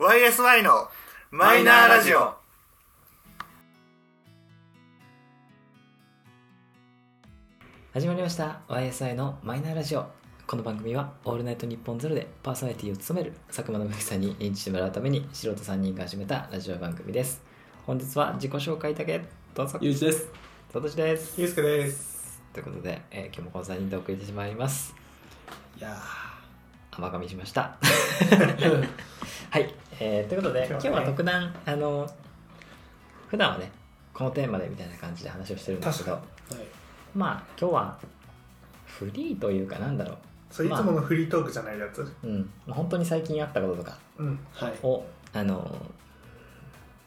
YSY のマイナーラジオ。始まりました YSI のマイナーラジオこの番組は「オールナイトニッポンゼロでパーソナリティを務める佐久間信之さんに演じてもらうために素人3人が始めたラジオ番組です本日は自己紹介だけどうぞゆうじです。サトシですゆうすけです。ということで、えー今日もこの3人でお送りしてまいりますいや甘噛みしました はい、えーということで今今日日はねは特段あの普段はねこのテーマでみたいな感じで話をしてるんですけど確ー、はい、まあ今日はフリーというかなんだろそういつものフリートークじゃないやつ。ううん本当に最近あったこととかうん。はい、をあの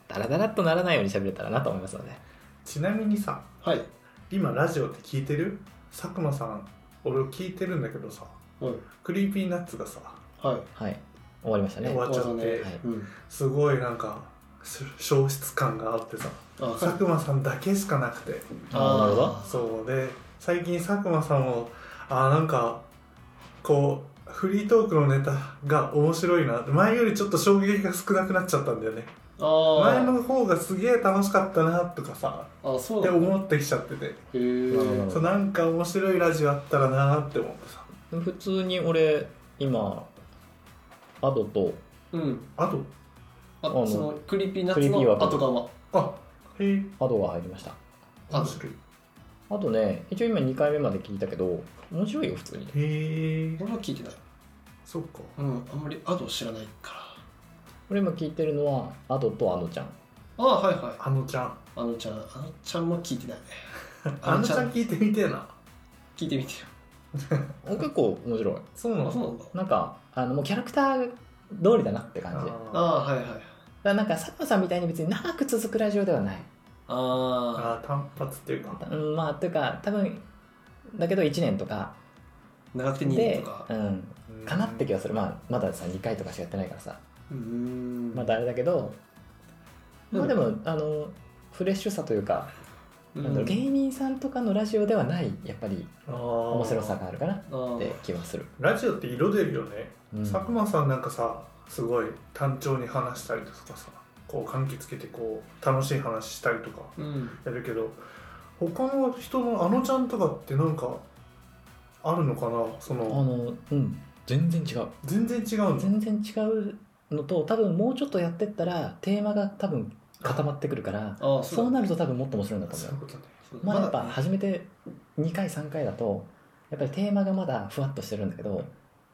ダラダラっとならないように喋れたらなと思いますのでちなみにさ、はい、今ラジオって聞いてる佐久間さん、俺聞いてるんだけどさ、はい、クリーピーナッツがさ、はい、はい終わりましたね終わっちゃって、終わったはいうん、すごいなんか、し消失感があってさ、あ、佐久間さんだけしかなくて。あーなるほどそうで最近佐久間さんもあーなんかこうフリートークのネタが面白いな前よりちょっと衝撃が少なくなっちゃったんだよねあ前ーの方がすげえ楽しかったなとかさあ、そうってだ、ね。思ってきちゃってて、へーなるほどそうなんか面白いラジオあったらなって思ってさ普通に俺今アドとうん、あとあ、あそののクリーピーナックツリーピーのは後かは、あへえアドが入りましたあ面白いあとね一応今2回目まで聞いたけど面白いよ普通にへえ俺は聞いてない。そっかうん、あんまり後知らないから。俺今聞いてるのはアドとアノちゃんあ、はいはい。あのちゃんあのちゃん、あのちゃんも聞いてない ね。あのちゃん聞いてみてえな聞いてみてよ。結構面白いそうなあ、そうのなんだ。なんかあのもうキャラクター通りだなって感じだかあ、あーはいはい。らなんか佐久間さんみたいに別に長く続くラジオではないああー単発っていうかうんまあというか多分だけど1年とかー、長くて2年でとか。うん、かなって気がする、まあ、まださ2回とかしかやってないからさうーん、まだあれだけど、まあ、でもあのフレッシュさというか、うん、なんだろう芸人さんとかのラジオではないやっぱり面面白さがあるかなっあーて気はする、ラジオって色出るよね、うん佐久間さんなんかさすごい単調に話したりとかさこう関係つけてこう楽しい話したりとかうん、やるけど他の人のあのちゃんとかってなんかあるのかなそあののうん全然違う全然違うの全然違うのと多分もうちょっとやってったらテーマが多分固まってくるからあーそうそうだなると多分もっと面白いんだと思そうういようことねそうだまあやっぱだ初めて2回3回だとやっぱりテーマがまだふわっとしてるんだけど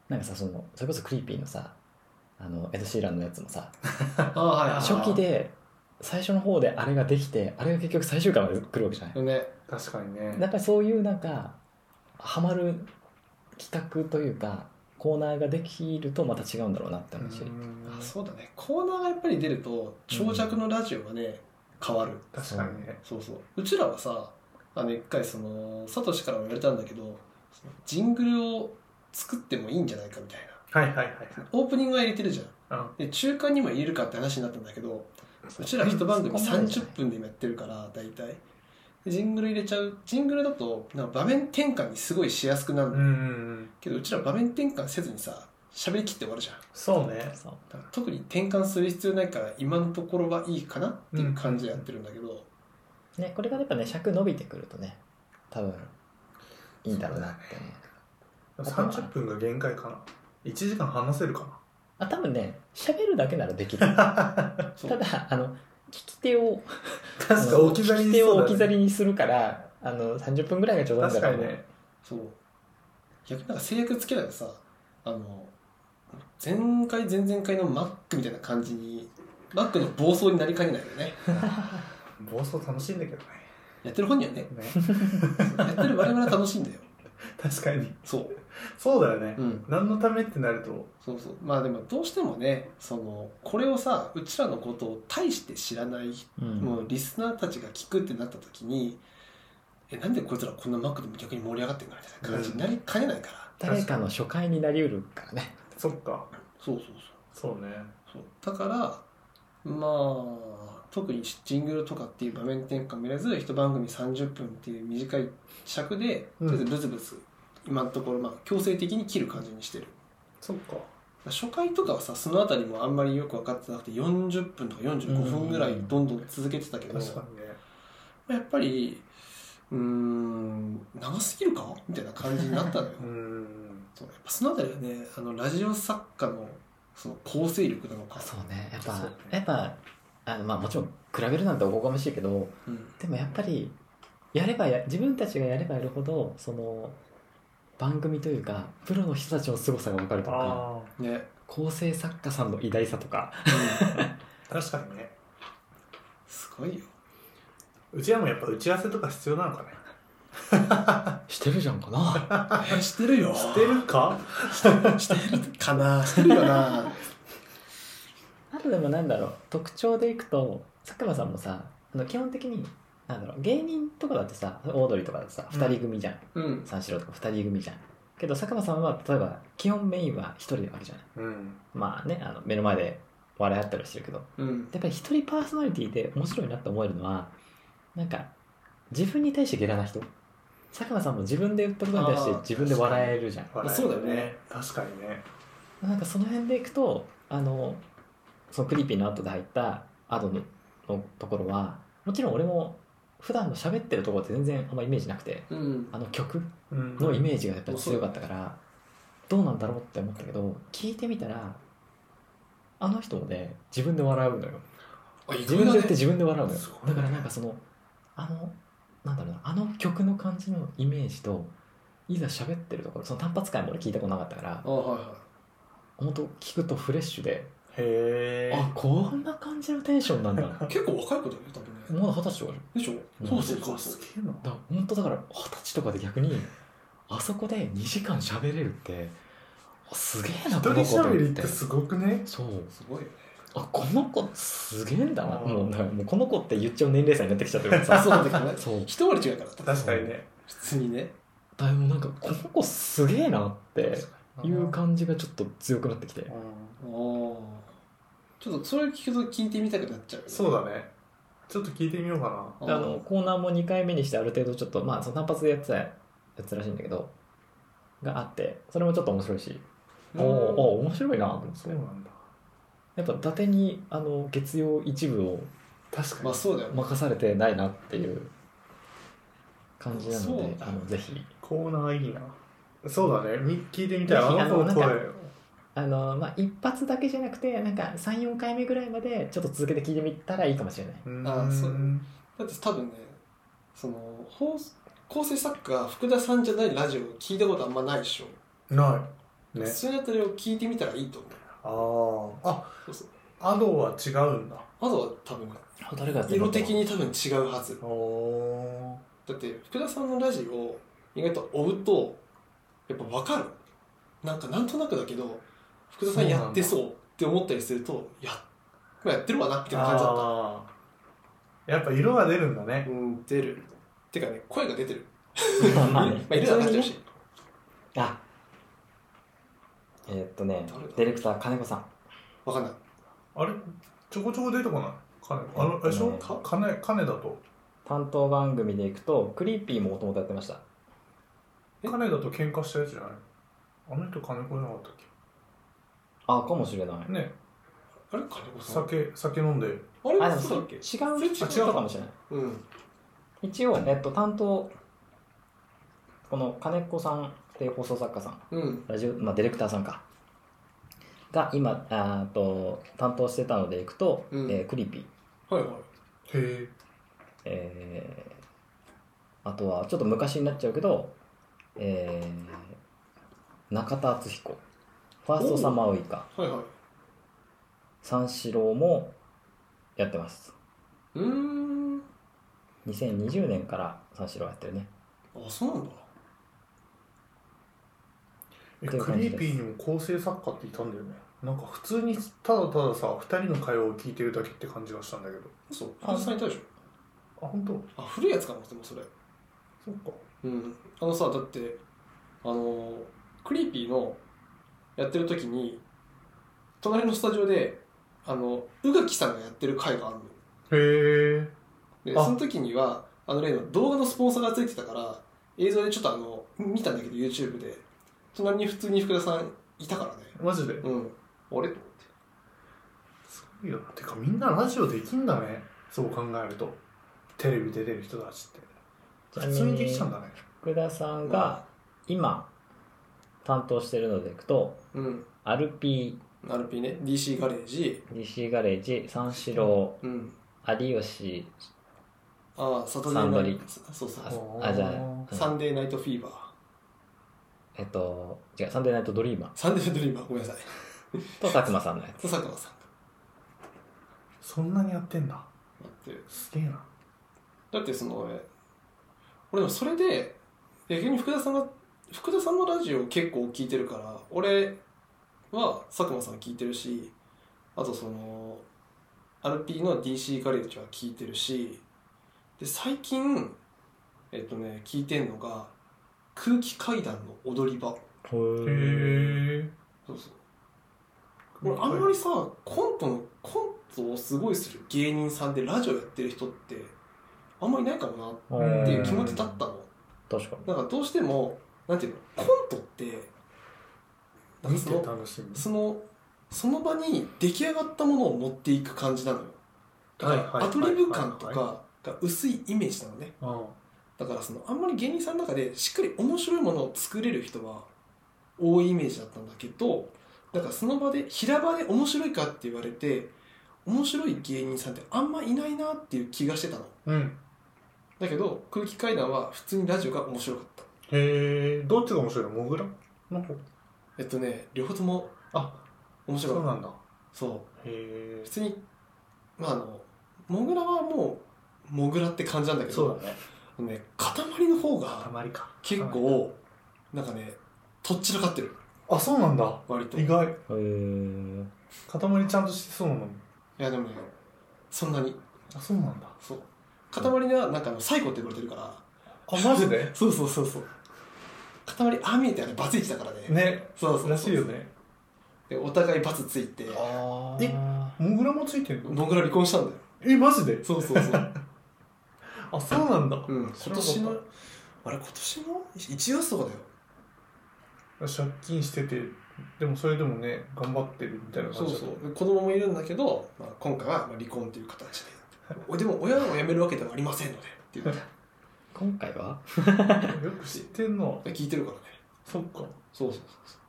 なんかさそのそれこそクリーピーのさあのエド・シーランのやつもさあーはいはい。初期で最初の方であれができてあれが結局最終回まで来るわけじゃないよね。確かにねやっぱりそういうなんかハマる企画というかコーナーができるとまた違うんだろうなってう話んあそうだねコーナーがやっぱり出ると長尺のラジオがね、変わる確かにねそうそううちらはさあの一回そのサトシからも言われたんだけどそのジングルを作ってもいいんじゃないかみたいなはいはいはいはいオープニングは入れてるじゃんあで中間にも入れるかって話になったんだけどうちら一番組そこまでじゃない30分で今やってるから大体でジングル入れちゃうジングルだとなんか場面転換にすごいしやすくなる、うんうんうんけどうちら場面転換せずにさ喋りきって終わるじゃんそうねそう特に転換する必要ないから今のところはいいかなっていう感じでやってるんだけど、ねこれがやっぱね尺伸びてくるとね多分いいんだろうなって思う30分が限界かな1時間話せるかなあ多分ね喋るだけならできるそたうだあの聞き手を確か置き去り聞にき手をそうだね置き去りにするからあの30分ぐらいがちょうどいいん確だかろうにねそう逆になんか制約つけないとさあの前回前々回のマックみたいな感じにマックの暴走になりかねないよね暴走楽しいんだけどねやってる本人はねねやってる我々は楽しいんだよ確かにそうそうだよね、うん何のためってなるとそうそうまあでもどうしてもねそのこれをさうちらのことを大して知らないうんもうリスナーたちが聞くってなった時に、えなんでこいつらこんなマックでも逆に盛り上がってるんだみたいな感じになりかねないから、誰かの初回になりうるからねそっかそうそうそうねそうそうだからまあ特にジングルとかっていう場面転換見らず一番組30分っていう短い尺でうとんりあえずブツブツ今のところまあ強制的に切る感じにしてるそっか初回とかはさそのあたりもあんまりよく分かってなくて40分とか45分ぐらいどんどん続けてたけど、確かにねやっぱりうーん長すぎるかみたいな感じになったのようんそうやっぱそのあたりはねあのラジオ作家のその構成力なのかそうねやっぱそうねやっぱあのまあもちろん比べるなんておこがましいけどうんでもやっぱりやればや自分たちがやればやるほどその番組というかプロの人たちの凄さが分かるとかあね、構成作家さんの偉大さとかあ確かにねすご いようちらもやっぱ打ち合わせとか必要なのかねしてるじゃんかなえしてるよしてるかしてるかなしてるよなあとでもなんだろう特徴でいくと佐久間さんもさあの基本的になんだろう芸人とかだとさオードリーとかだとさうん2人組じゃん、うん三四郎とか2人組じゃんけど佐久間さんは例えば基本メインは1人なわけじゃないうんまあねあの目の前で笑い合ったりはしてるけどうんやっぱり一人パーソナリティで面白いなって思えるのはなんか自分に対してゲラな人佐久間さんも自分で言ったことに対してあー自分で笑えるじゃん笑えるそうだよね確かにねなんかその辺でいくとあのそのクリーピーの後で入ったアドののところはもちろん俺も普段の喋ってるところって全然あんまイメージなくてうんあの曲うんのイメージがやっぱり強かったからどうなんだろうって思ったけど聞いてみたらあの人もね自分で笑うのよあ意自外分でだ言ねって自分で笑うのよすごいねだからなんかそのあのなんだろうなあの曲の感じのイメージといざ喋ってるところその単発回も俺聞いたことなかったからあはいはい本当聞くとフレッシュでへえあこんな感じのテンションなんだまだ結構若い子だよね多分ね二十歳とかじでしょ、うんそうそそううかそうすそうげえなゃんだから本当だから二十歳とかで逆にあそこで2時間喋れるってあすげえな一人この子と喋思りっっててすごくねそうすごいよねあこの子すげえんだなうんもうなんかもうこの子って言っちゃう年齢差になってきちゃってるからあさそうなんだけどねそう一割違うから確かにね普通にねだいぶなんかこの子すげえなっていう感じがちょっと強くなってきてうんああちょっとそれ聞くと聞いてみたくなっちゃうよねそうだねちょっと聞いてみようかなあのコーナーも2回目にしてある程度ちょっとまあその単発でやってたやつらしいんだけどがあってそれもちょっと面白いしうんおお面白いなと思ってそうなんだやっぱ伊達にあの月曜一部を確かまあにそうだよ、任されてないなっていう感じなのそうでだあのぜひコーナーいいなそうだねみ聞いてみたいぜひあの子のあの声あの、まあ、一発だけじゃなくてなんか34回目ぐらいまでちょっと続けて聞いてみたらいいかもしれないうんあそうだって多分ねその放送構成作家福田さんじゃないラジオ聞いたことあんまないでしょ、ないねそういうあたりを聞いてみたらいいと思うあーあそうそうアドは違うんだあとは多分誰が 色的に多分違うはずおおだって福田さんのラジオ意外と追うとやっぱ分かるなんかなんとなくだけど福田さんやってそうって思ったりするとやまあやってるわなみたいな感じだっあーやっぱ色が出るんだねたうん出るてかね声が出てるまあまあいるなっちゃうしあえーっとね誰だディレクター金子さん分かんないあれちょこちょこ出てこない金あのあれでしょねか金金だと担当番組でいくとクリーピーももともとやってましたえ金だと喧嘩したやつじゃないあの人金子じゃなかったっあかもしれないけねあれ金子さん酒酒飲んでああでれもそうそだっうけ違うれ違う人だったかもしれないうん一応、えっと、担当この金子さんっていう放送作家さんうんラジオ、まあ、ディレクターさんかが今あーっと担当してたのでいくと、うんえークリーピーはいはいへえーあとはちょっと昔になっちゃうけど、えー中田敦彦ファーストサマーウイカはいはい三四郎もやってますうーん2020年から三四郎やってるねあそうなんだええっていうク感じリですーピーにも構成作家っていたんだよねなんか普通にただたださ二人の会話を聞いてるだけって感じがしたんだけどそう福田さんいたでしょあ本当あ古いやつかもでもそれそっかうん、あのさだってあのクリーピーのやってる時に隣のスタジオであの宇垣さんがやってる回があるのへえであその時にはあの例の動画のスポンサーがついてたから映像でちょっとあの見たんだけど YouTube で隣に普通に福田さんいたからねマジでうんあれと思ってすごいよなてかみんなラジオできんだねそう考えるとテレビ出てる人たちって普通にできちゃうんだね福田さんが今担当してるのでいくとうんアルピ RP ね DC ガレージー DC ガレージ三四郎うん有吉ああサタデーナイトそうそうあそうあじゃあ、おうんサンデーナイトフィーバーえっと違うサンデーナイトドリーマサンデードリーマーごめんなさいーと佐久間さんのやつ佐久間さんそんなにやってんだやってるすげえなだってそのえ俺でもそれで逆に福田さんが福田さんのラジオ結構聞いてるから俺は佐久間さん聞いてるしあとその RP の DC ガレージは聞いてるしで最近えっとね聞いてんのが空気階段の踊り場へへえそうそう俺あんまりさコントのコントをすごいする芸人さんでラジオやってる人ってあんまりいないかもなっていう気持ちだったの確かなんかどうしてもなんていうのコントってなんか見そての楽しみそのその場に出来上がったものを持っていく感じなのよだかはいはいはいはらいアドリブ感とかが薄いイメージなのねうんだからそのあんまり芸人さんの中でしっかり面白いものを作れる人は多いイメージだったんだけどだからその場で平場で面白いかって言われて面白い芸人さんってあんまいないなっていう気がしてたのうんだけど空気階段は普通にラジオが面白かったへえどっちが面白いのモグラの方えっとね両方ともあ面白そかうっなたんだそうへえ普通にまああのモグラはもうモグラって感じなんだけどだねあのね塊の方たがまりか結構なんかねとっちらかってるあそうなんだ割と意外にへ塊ちゃんとしてそうなのにいやでもねそんなにあそうなんだそう塊ではなんかあのサイコって言われてるからあマジで そうそうそうそう塊ああ見えてあれバツイチだからねねそうそうそうらしいよねでお互いバツついてあええモグラもついてるの僕ら離婚したんだよえマジでそうそうそう、あそうなんだ うん、今知らなかった年のあれ今年の1月とかだよ借金しててでもそれでもね頑張ってるみたいなそ感うじだそうで子供もいるんだけど、まあ、今回はまあ離婚という形でおでも親を辞めるわけではありませんのでっていう今回はよく知ってんの聞いてるからねそっかそうそう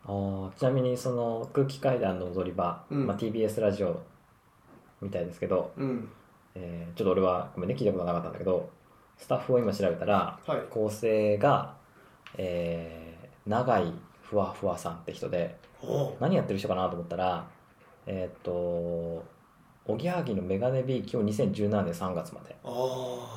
あーちなみにその空気階段の踊り場、うんまあ、TBS ラジオみたいですけど、そううんえーちょっと俺はごめんね聞いたことなかったんだけどスタッフを今調べたらはい構成が、えー、長井ふわふわさんって人でおう何やってる人かなと思ったらえーっとおぎやはぎのメガネビーキを2017年3月まで、あ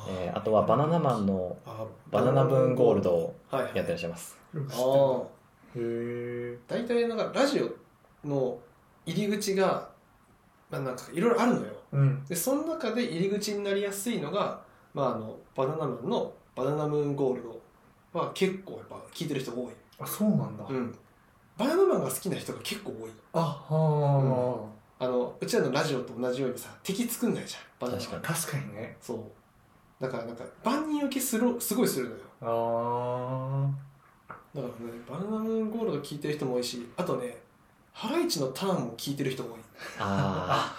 ー、えーあとはバナナマンのあバナナムーンゴールドをはいやってらっしゃいますよく知ってんああのへえ大体なんかラジオの入り口が、まあ、なんかいろいろあるのようんでその中で入り口になりやすいのが、まあ、あのバナナマンの「バナナムーンゴールド」は結構やっぱ聞いてる人多い、あそうなんだうん、バナナマンが好きな人が結構多いあはあのうちらのラジオと同じようにさ敵作んないじゃんバナナマ確ンあ確かにねそうだからなんか万人受けするすごいするのよああだからねバナナムーンゴールド聞いてる人も多いしあとねハライチのターンも聞いてる人多いあ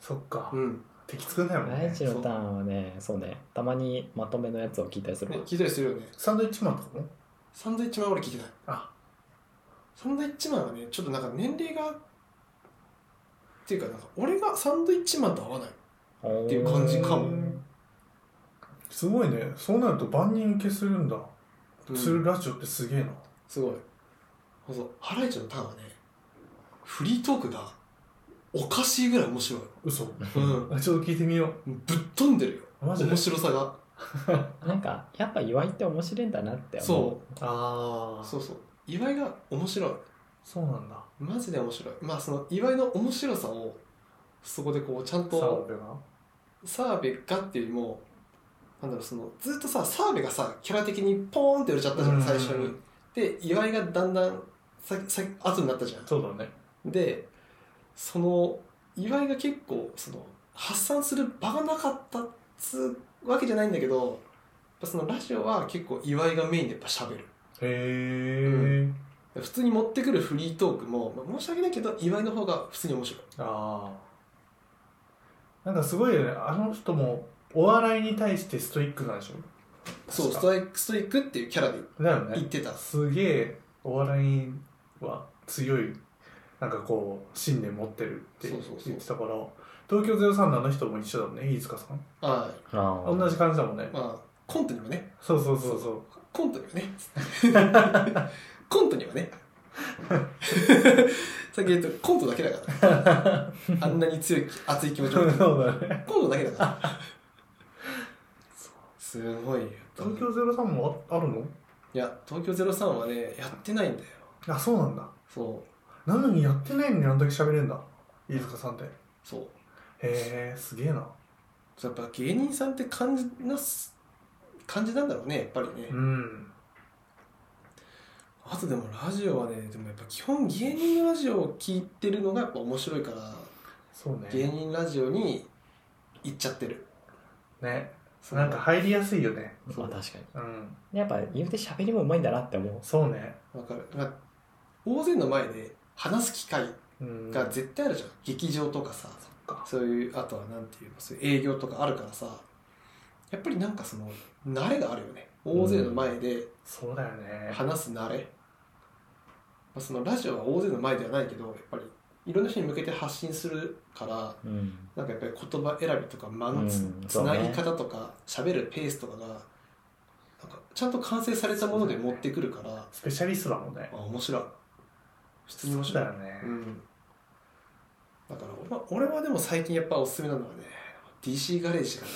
そっかうん敵作んないあもんライねチのターンはねそうねたまにまとめのやつを聞いたりするね、聞いたりするよねサンドイッチマンとかもサンドイッチマンは俺聞いてないあサンドイッチマンはねちょっとなんか年齢がっていうかなんか俺がサンドイッチマンと合わないっていう感じかうもんすごいねそうなると万人受けするんだするラジオってすげえなすごいそうそうハライチのターンはねフリートークがおかしいぐらい面白い嘘うんあちょっと聞いてみようぶっ飛んでるよマジで面白さが なんかやっぱ岩井って面白いんだなって思そうああそうそう岩井が面白いそうなんだマジで面白いまあその岩井の面白さをそこでこうちゃんと澤部が澤部がっていうよりもなんだろうそのずっとさ澤部がさキャラ的にポーンって売れちゃったじゃうんん最初にで岩井がだんだんささ後になったじゃそうだねんでその岩井が結構その発散する場がなかったっつうわけじゃないんだけどやっぱそのラジオは結構岩井がメインでやっぱ喋るへえ、う普通に持ってくるフリートークも、まあ、申し訳ないけど岩井の方が普通に面白いああなんかすごいよねあの人もお笑いに対してストイックなんでしょそう確スかトライクストイックっていうキャラでだよね言ってたすげえお笑いは強いなんかこう信念持ってるってそうそうそう言ってたから東京03のあの人も一緒だもんね飯塚さんはあー同じ感じだもんねいまあコントにはねそうそうそうそうコントにはね コントにはね さっき言ったコントだけだからあんなに強い熱い気持ち そをう持ってだねコントだけだからすごいよ東京03もああるのいや東京03はねやってないんだよあそうなんだそうなのにやってないのにあんだけ喋れるんだ飯塚さんってへそうえすげえなやっぱ芸人さんって感じなす感じなんだろうねやっぱりね、うんあとでもラジオはねでもやっぱ基本芸人のラジオを聞いてるのがやっぱ面白いからそう芸ね人ラジオに行っちゃってるねそうなんか入りやすいよねまあ確かうんにやっぱ言うて喋りもうまいんだなって思うそうねわかるなんか大勢の前で話す機会うんが絶対あるじゃん、劇場とかさかそういうあとはなんていうのそういう営業とかあるからさやっぱりなんかその慣れがあるよね大勢の前でそうだよね話す慣れ、まあ、そのラジオは大勢の前ではないけどやっぱりいろんな人に向けて発信するからうんなんかやっぱり言葉選びとか間のうつ,、んつそうねなぎ方とか喋るペースとかがなんかちゃんと完成されたもので持ってくるから、スペシャリストだもんねあ面白い普通に面そう白いだよねうんだから俺は俺はでも最近やっぱおすすめなのはね DC ガレージかな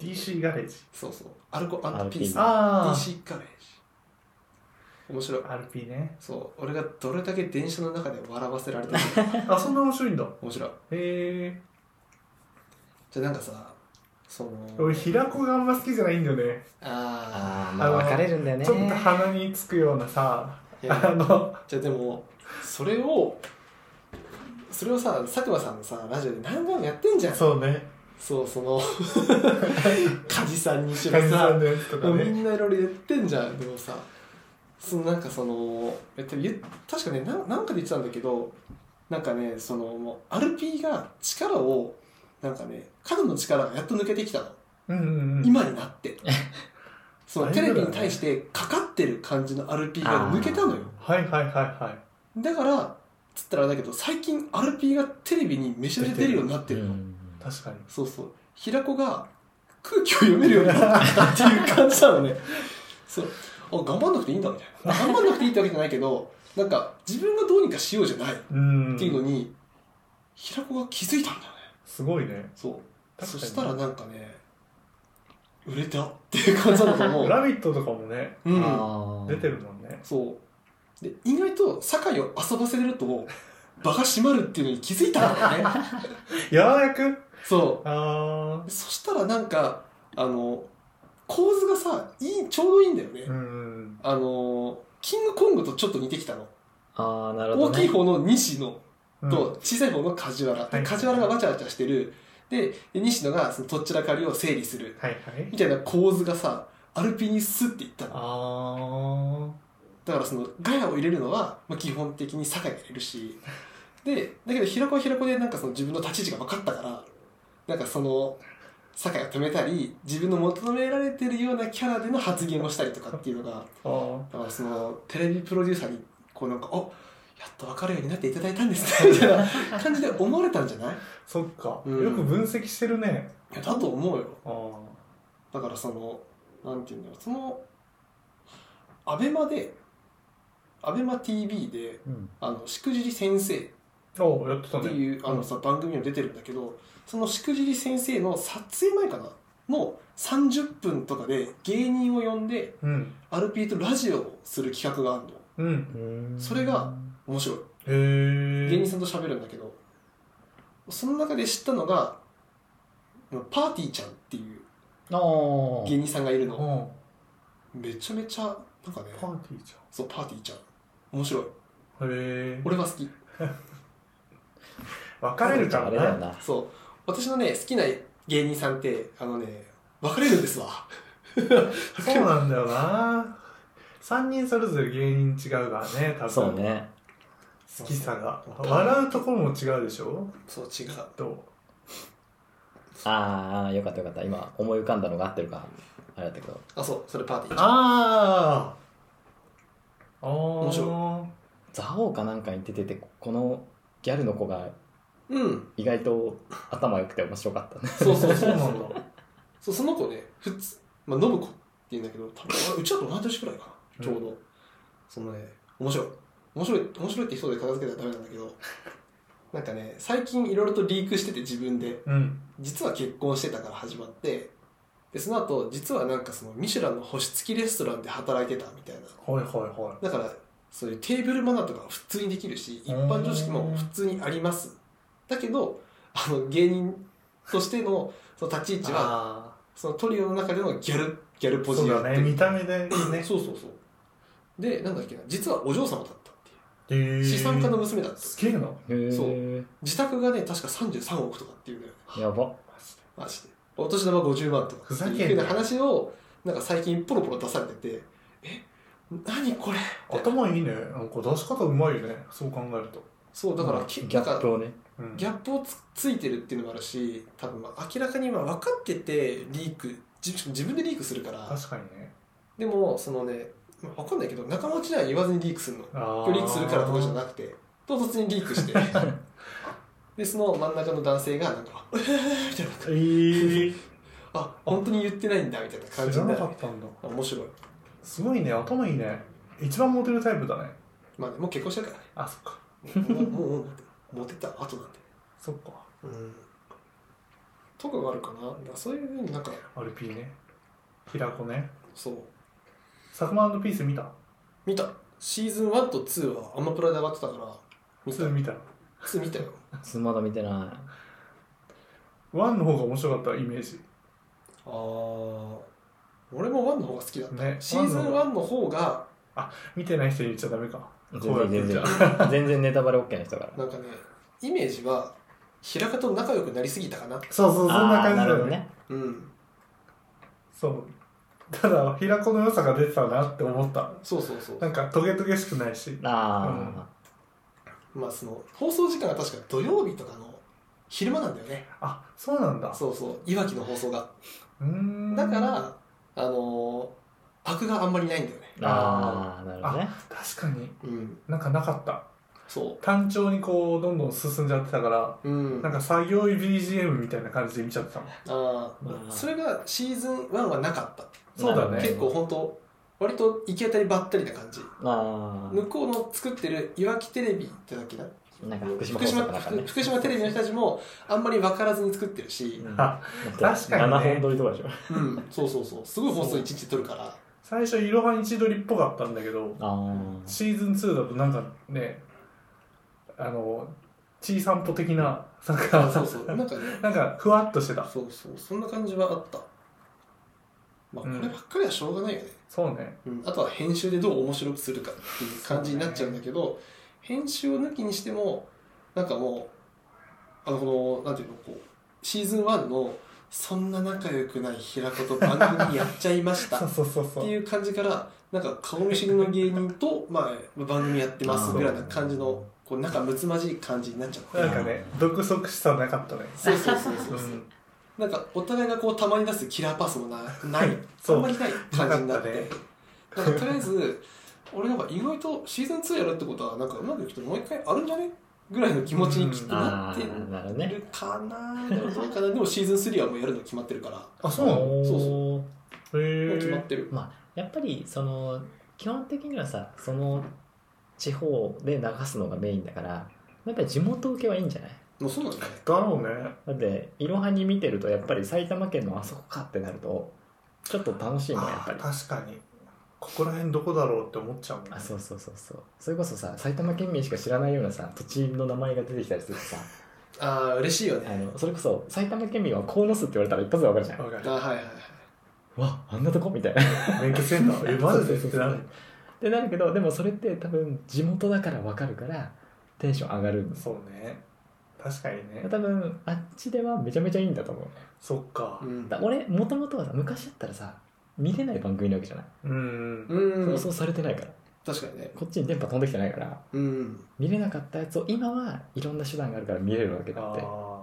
DC ガレージそうそうアルコピース RP のあ DC ガレージ面白いあ RP ねそう俺がどれだけ電車の中で笑わせられたのかあそんな面白いんだ面白いへえじゃあなんかさその俺平子があんま好きじゃないんだよねああーまああの分かれるんだよねちょっと鼻につくようなさあいやあのじゃあでもそれをそれをさ佐久間さんのさラジオで何回もやってんじゃんそうそうねそ の梶さんにしろ梶ささんのやつとかもうみねんないろいろ言ってんじゃんでもさそのなんかそのえっと言っ確かねななんかで言ってたんだけどなんかねそのもう RP が力をなんかね肩の力がやっと抜けてきたの、うんうんうん今になって そのテレビに対してかかってる感じの RP が抜けたのよはいはいはいはだからつったらあれだけど最近 RP がテレビにめちゃめちゃ出るようになってるの、うんい確かにそうそう平子が空気を読めるようになったっていう感じなのねそうあ頑張んなくていいんだみたいな頑張んなくていいってわけじゃないけどなんか自分がどうにかしようじゃないっうんていうのに、平子が気づいたんだよねすごいねそう確かそにしたらなんかね売れたっていう感じなんだと「 思うラビット!」とかもねうんあー出てるもんねそうで意外と酒井を遊ばせれると場が閉まるっていうのに気づいたんだよねやわらくそうあそしたらなんかあの構図がさいいちょうどいいんだよね、ーうんあのキングコングとちょっと似てきたの、あーなるほど大きいね方の西野うんと小さい方の梶原、はいで梶原がわちゃわちゃしてるで西野がそのとっちらかりを整理するはいはいみたいな構図がさアルピーにスっていったのあだからそのガヤを入れるのは、まあ、基本的に酒井が入れるしでだけど平子は平子でなんかその自分の立ち位置が分かったからなんかその酒井が止めたり自分の求められてるようなキャラでの発言をしたりとかっていうのがーあだからそのテレビプロデューサーにこうなんか「おやっと分かるようになっていただいたんですね」みた いな感じで思われたんじゃないーそっかうんよく分析してるねいやだと思うよあーだからそのなんていうんだろうそのアベマでアベマ t v でうんあのしくじり先生おやってたってねいうあのさ番組にも出てるんだけどそのしくじり先生の撮影前かなの30分とかで芸人を呼んでうんアルピーとラジオをする企画があるのうんうんそれが面白いへえ芸人さんと喋るんだけどその中で知ったのがパーティーちゃんっていうあー芸人さんがいるのうんめちゃめちゃなんかねパーティーじそうパーティーちゃん面白いゃんへえ俺は好き分かれるからあれだよななそう私のね好きな芸人さんってあのね別れるんですわそうなんだよな3人それぞれ芸人違うからね多分そうね好きさがそうそう笑うところも違うでしょそう違うとああよかったよかった今思い浮かんだのが合ってるかあれだったけどあそうそれパーティーあああ面ー蔵王かなんかに出ててこのギャルの子がうん意外と頭良くて面白かったねそうそうそそううなんだそうその子ね普通まあ信子って言うんだけど多分うちらと同い年くらいかなちょうど、そのね面白い面白い面白いって人で片付けたらダメなんだけどなんかね最近いろいろとリークしてて自分でうん実は結婚してたから始まってでその後実はなんかそのミシュランの星付きレストランで働いてたみたいなはいはいはだからそういうテーブルマナーとかは普通にできるし一般常識も普通にありますだけどあの芸人としてのその立ち位い置はあそのトリオの中でのギャルギャルーポジそうやっだてねる見た目で ねそうそうそうでなんだっけな実はお嬢様だったってへいーう資産家の娘だったすげえなへーそ自宅がね確か33億とかっていうぐらいやばマジでお年玉50万とかふざけんなっていうふうな話をなんか最近ポロポロ出されててえ何これ頭いいねなんか出し方うまいよねそう考えると、そうだからギきャなんッかプをねうん、ギャップをつついてるっていうのもあるし多分まあ明らかに今分かっててリーク自自分でリークするから確かにねでもそのね、まあ、分かんないけど仲間内には言わずにリークするのあリークするからとかじゃなくくて唐突にリークしてでその真ん中の男性がなんか「えー」みたいなえー、あ本当に言ってないんだみたいな 感知じらにななるかったんだ面白いすごいね頭いいね一番モテるタイプだねまあねもう結婚してるからねあそっかもうもうもうモテた後なんでそっかうんとかがあるかなだからそういうふうになんか RP ね平子ねそうサクマピース見た見たシーズン1と2はアマプラで上がってたから見た2見た2見たよそまだ見てな1の方が面白かったイメージああ俺も1の方が好きだった、ねシーズン1の方が見てない人に言っちゃダメかいこうやって全然じゃ全あ然全然ネタバレ OK な人だからなんかねイメージは平方と仲良くなりすぎたかなそうそうそんなあー感じなだるほよどねねうんそうただ平子の良さが出てたなって思ったそうそうそうなんかトゲトゲしくないしあまあその放送時間が確か土曜日とかの昼間なんだよねあそうなんだそうそういわきの放送がうーんだからあのー、悪があんまりないんだよねーあーなるほどね確かにうんなんかなかったそ単調にこうどんどん進んじゃってたからううんなんか作業員 BGM みたいな感じで見ちゃってたもんあーまあそれがシーズン1はなかったそうだね結構本当割と行き当たりばったりな感じあ向こうの作ってるいわきテレビってだっけなあなんか福島福島放送かなんかね福福島テレビの人たちもあんまり分からずに作ってるし、うんあ確かにね7本撮りとかでしょうん、そうそうそうすごい放送1日撮るから最初いろは一取りっぽかったんだけどああシーズン2だとなんかねあの小さんぽ的ななんかそうそうなんかねなんかふわっとしてたそうそうそんな感じはあったまあこうんればっかりはしょうがないよね、そうねうん、あとは編集でどう面白くするかっていう感じになっちゃうんだけど、編集を抜きにしてもなんかもうあのこのなんていうのこうシーズン1の「そんな仲良くない平子と番組やっちゃいました」そうっそうそうそてういう感じからなんか顔見知りの芸人と、まあ、番組やってますぐらいな感じのこう仲睦まじい感じになっちゃってなんかね独特しさなかったねそうそうそうそううそうんなんかお互いがこうたまに出すキラーパスもなないそうあんまりない感じにな ってなかっなんかとりあえず俺なんか意外とシーズン2やるってことはなんかうまくいくともう一回あるんじゃねぐらいの気持ちにきっとなあってーなるほどねるかなでもどうかなでもシーズン3はもうやるの決まってるからもあそうなのおーそうへう決まっえてるまあやっぱりその基本的にはさその地方で流すのがメインだからやっぱり地元受けはいいんじゃないもうそうなんだねだろうねだっていろはに見てるとやっぱり埼玉県のあそこかってなるとちょっと楽しいねやっあぱりー確かにここら辺どこだろうって思っちゃうもんねあそうそうそうそうそれこそさ埼玉県民しか知らないようなさ土地の名前が出てきたりするとさああ嬉しいよあねのそれこそ埼玉県民は鴻巣って言われたら一発でわかるじゃんわかるあはいはいはいわあんなとこみたいなっ免許セ ンターえマジでそうそってうそうなるてなるけどでもそれって多分地元だからわかるからテンション上がるんですそうね確かにね多分あっちではめちゃめちゃいいんだと思うそっかうんだ俺もともとはさ昔だったらさ見れない番組なわけじゃない、うんうん放送されてないから確かにねこっちに電波飛んできてないからうん見れなかったやつを今はいろんな手段があるから見れるわけだってっあ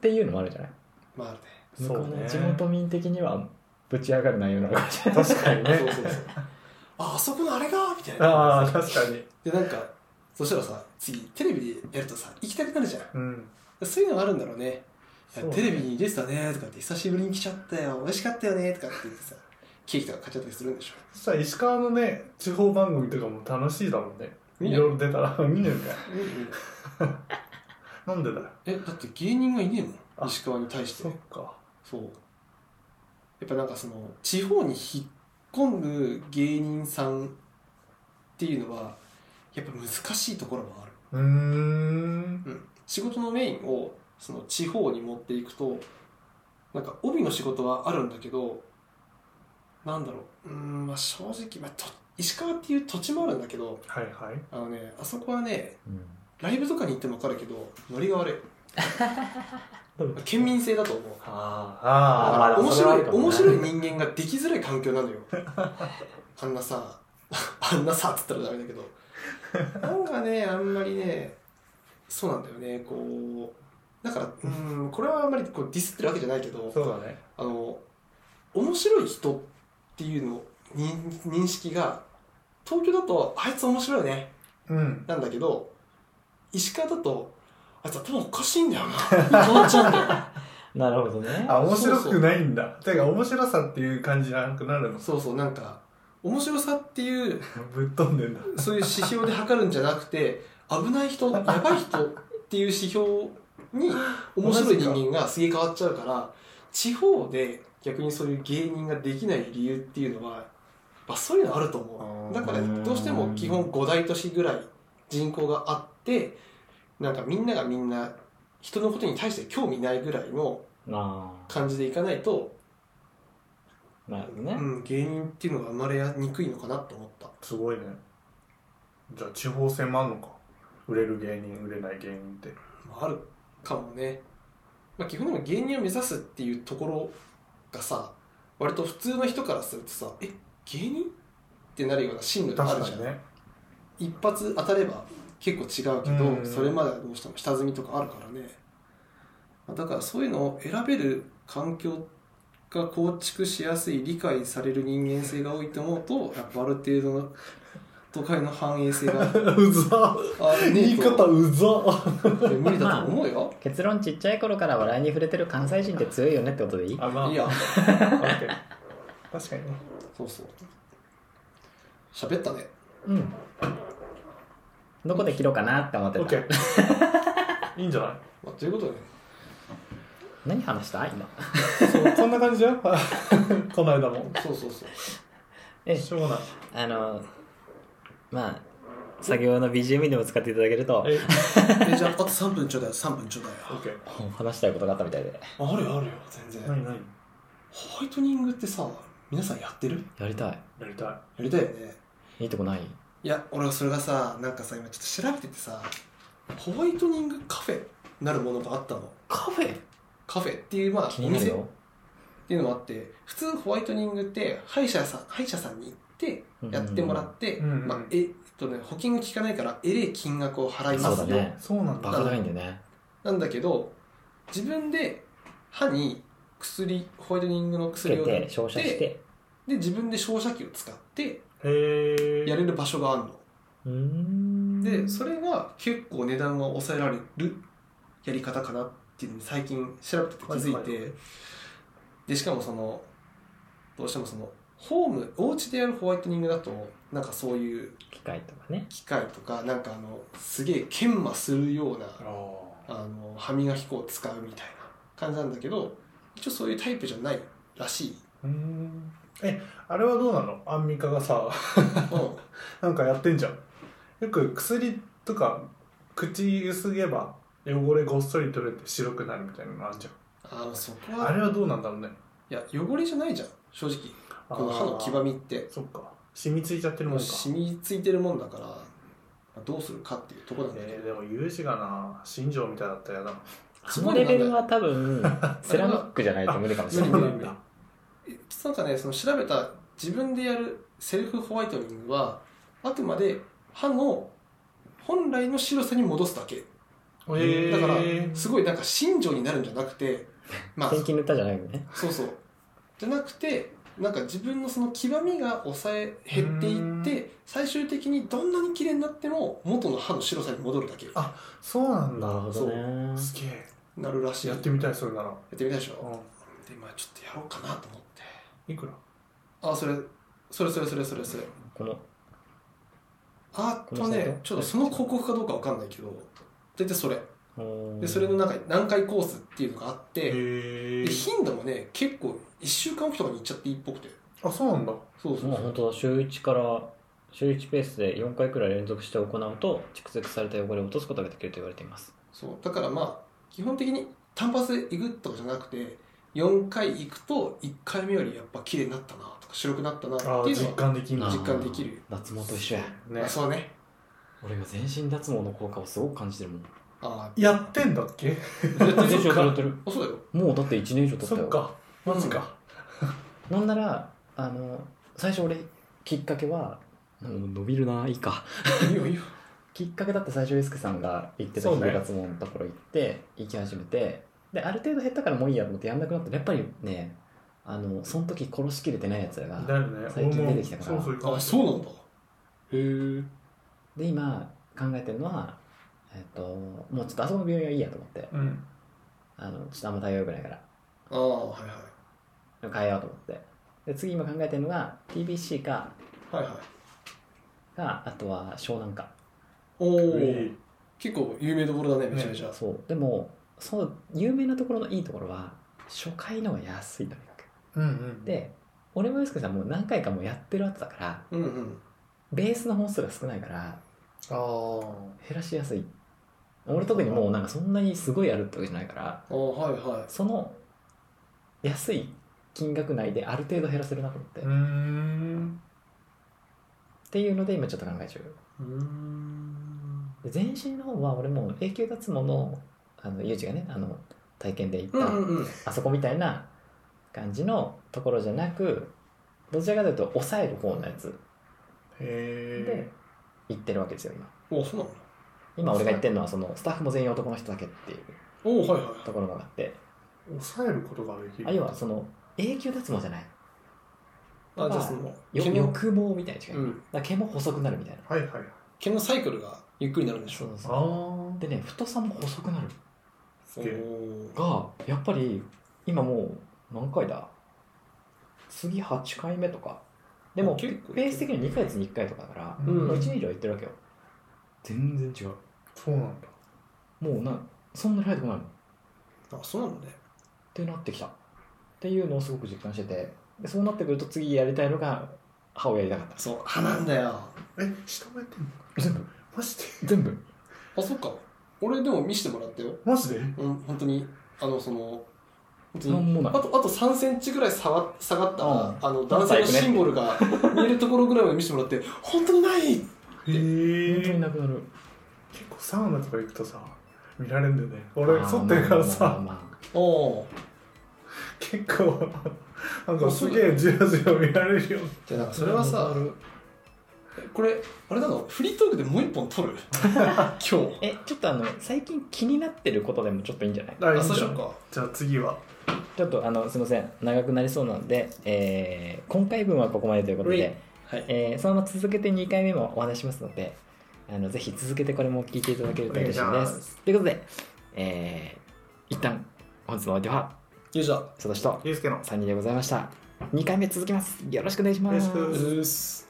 ていうのもあるじゃないまあねあ向こうそうのね地元民的にはぶち上がる内容なのかもしれない確かにねそうそうそうああそこのあれがみたいなああ確かにでなんかそしたらさ次テレビでやるとさ行きたくなるじゃうんんそういうのがあるんだろうねいやそうねテレビに出てたねとかって久しぶりに来ちゃったよ美味しかったよねとかって言ってさケーキとか買っちゃったりするんでしょそしたら石川のね地方番組とかも楽しいだもんねいろいろ出たら 見ねえかうんうんいなんでだよえだって芸人がいねえもんあ石川に対してそっかそうやっぱなんかその地方に引っ込む芸人さんっていうのはやっぱ難しいところもあるうーん仕事のメインをその地方に持っていくとなんか帯の仕事はあるんだけどなんだろううーんまあ正直、まあ、と石川っていう土地もあるんだけどはいはいあのねあそこはねうんライブとかに行っても分かるけどノリが悪いどう県民性だと思うああまあでも面それはあ白いるかもね面白い人間ができづらい環境な のよあんなさ あんなさっつったらダメだけどなんかねあんまりねそうなんだよねこうだからうんこれはあんまりこうディスってるわけじゃないけあどそうだねあの面白い人っていうのに認識が東京だとあいつ面白いねうんなんだけど石川だとあいつ頭おかしいんだよな変わっちゃうんだよ なるほどねあ面白くないんだてか面白さっていう感じじゃなくなるのそうそうなんか面白さっていうぶっ飛んでんだそういう指標で測るんじゃなくて危な い人やばい人っていう指標に面白い人間がすげえ変わっちゃうから地方で逆にそういう芸人ができない理由っていうのは、まあ、そういうのあると思あーうだからどうしても基本5大都市ぐらい人口があってなんかみんながみんな人のことに対して興味ないぐらいのまあ感じでいかないと、なるほどうね、ん、芸人っていうのが生まれにくいのかなと思った。すごいねじゃあ地方戦もあんのか売れる芸人売れない芸人ってまあ、あるかもね、まあ、基本でも芸人を目指すっていうところがさ割と普通の人からするとさえ芸人ってなるような進路があ確るかじゃん、にね一発当たれば結構違うけど、うんそれまではどうしても下積みとかあるからねまあだからそういうのを選べる環境が構築しやすい理解される人間性が多いと思うとやっぱある程度の都会の繁栄性があうざ言い方うざ無理だと思うよ、結論ちっちゃい頃から笑いに触れてる関西人って強いよねってことでいいあまあいいやオッケー確かにねそうそう。喋ったね。うんどこで切ろうかなって思ってオッた、ケーいいんじゃな まあ、ということでね、何話した今いそうこんな感じだ よこの間もそうそうそう。えしょうがないあのまあ作業の BGM でも使っていただけるとええ、じゃあ、あと3分ちょうだい、3分ちょうだいよ。オッケー話したいことがあったみたいであるよ、あるよ、全然。何何ホワイトニングってさ、皆さんやってるやりたいやりたいやりたいよね。いいとこないいや、俺はそれがさ、なんかさ、今ちょっと調べててさ、ホワイトニングカフェなるものがあったの。カフェカフェっていう、まあ、気おになる店っよていうのもあって、普通ホワイトニングって、歯医者さん、歯医者さんに行って、やってもらって、うんうんまあ、ええっとね、保険が効かないから、えれえ金額を払いますそよ。うだねそうなんバだカ高いんだよねなんだけど自分で歯に薬ホワイトニングのつ薬けをて照射してで自分で照射器を使ってへえやれる場所があるの、うーんでそれが結構値段が抑えられるやり方かなっていうのに最近調べてて気づいて、はいはいでしかもそのどうしてもそのホームお家でやるホワイトニングだとなんかそういう機械とかね機械とかなんかあのすげえ研磨するようなあーあの歯磨き粉を使うみたいな感じなんだけど一応そういうタイプじゃないらしい、うーんえあれはどうなのアンミカがさ うん、なんかやってんじゃんよく薬とか口ゆすげば汚れごっそり取れて白くなるみたいなのあるじあのそこゃんあはれはどうなんだろうねいや汚れじゃないじゃん正直この歯の黄ばみってそっか染みついちゃってるももうんか染みついてるもんだからまあどうするかっていうところなんだけえど、ー、でも有志がな新庄みたいだったらやだな そのレベルは多分セラミックじゃないと無理かもしそれうなないんだえっとなんかねその調べた自分でやるセルフホワイトニングはあくまで歯の本来の白さに戻すだけえだからー、すごいなんか心情になるんじゃなくてまあ転勤塗ったじゃないよね。そうそうじゃなくてなんか自分のその極みが抑え減っていって最終的にどんなに綺麗になっても元の歯の白さに戻るだけあそうなんだなるほどね。すげえなるらしいやってみたいそれならやってみたいでしうょんでまあちょっとやろうかなと思っていくらあそれそれそれそれそれそれこの、あこのとサイトねちょっとその広告かどうかわかんないけど大体それうーんでそれのなんか何回コースっていうのがあっへてえで頻度もね結構1週間おきとかに行っちゃっていいっぽくてあそうなんだそうそうもうそう本当だ週1から週1ペースで4回くらい連続して行うと蓄積された汚れを落とすことができると言われていますそうだからまあ基本的に単発で行くとかじゃなくて4回行くと1回目よりやっぱ綺麗になったなとか白くなったなってあーいうの実は感できんだあ実感できる脱毛と一緒やねあそうね俺が全身脱毛の効果をすごく感じてる もんあやってんだっけ1年以上取れてる あそうだよもうだって1年以上取ったそよっかマジかなんならあの最初俺きっかけはもう伸びるないいかいいよいいよきっかけだって最初リスクさんが行ってたそうね日脱毛のところ行って行き始めてである程度減ったからもういいやと思ってやんなくなったらやっぱりねあのその時殺しきれてないやつらがだよね最近出てきたか俺らもそうそういかもあそうなんだへえで今考えてるのは、えっともうちょっとあそこの病院はいいやと思ってうんあのちょっとあんま対応良くないからああはいはい変えようと思ってで次今考えてるのが TBC かはいはいかあとは湘南かおおいい結構有名どころだねめちゃめちゃ、そうでもその有名なところのいいところは初回のが安いとにかうくんうんで俺もユースケさんもう何回かもうやってるやつだからうんうんベースの本数が少ないからああ減らしやすい俺特にもうなんかそんなにすごいやるってわけじゃないからあはいはいその安い金額内である程度減らせるなと思って、うーっんていうので今ちょっと考え中うんで全身の方は俺もう永久脱毛のあのユージがねあの体験で行った、うんうんうんあそこみたいな感じのところじゃなくどちらかというと抑える方のやつでへ行ってるわけですよ今おそうなんだ今俺が言ってるのはそのスタッフも全員男の人だけっていうおはいはいところがあってえ抑えることができるあ要はその永久脱毛じゃないあじゃあそのよ毛の、欲望みたいな違い、うん、だから毛も細くなるみたいなはいはいはい毛のサイクルがゆっくりになるんでしそょうそうあーでね太さも細くなるすげえおーがやっぱり今もう何回だ次8回目とかでも結構ペース的には2ヶ月に1回とかだから、うもうん1年以上行ってるわけよ全然違うそうなんだもうなそんなに早くないのっあそうなんだねてなってきたっていうのをすごく実感しててでそうなってくると次やりたいのが歯をやりたかっそう歯なんだよえ下もやってんのた全部マジで 全部あそっか俺でも見せてもらったよマジでうん本当にあのその本当なんにもなあいとあと3センチぐらい下が下がったうんあの男性のシンボルが見えるところぐらいまで見せてもらって 本当にない本当へにえなくなる結構サウナとか行くとさ見られるんだよね俺剃ってるからまあさまあまあまあおお結構 なんかすげえじらじら見られるよじゃあなんかそれはさこれあれなのフリートークでもう一本撮る 今日えちょっとあの最近気になってることでもちょっといいんじゃないあいいあんそうしじゃよなういかじゃあ次はちょっとあのすみません長くなりそうなので、えー今回分はここまでということうでい、はいえーそのまま続けて2回目もお話しますのであのぜひ続けてこれも聞いていただけると嬉しいお願で。いしますということで、えー一旦本日のお手はよいしょ佐藤氏とゆうすけの3人でございました2回目続きますよろしくお願いします。よろしくうっす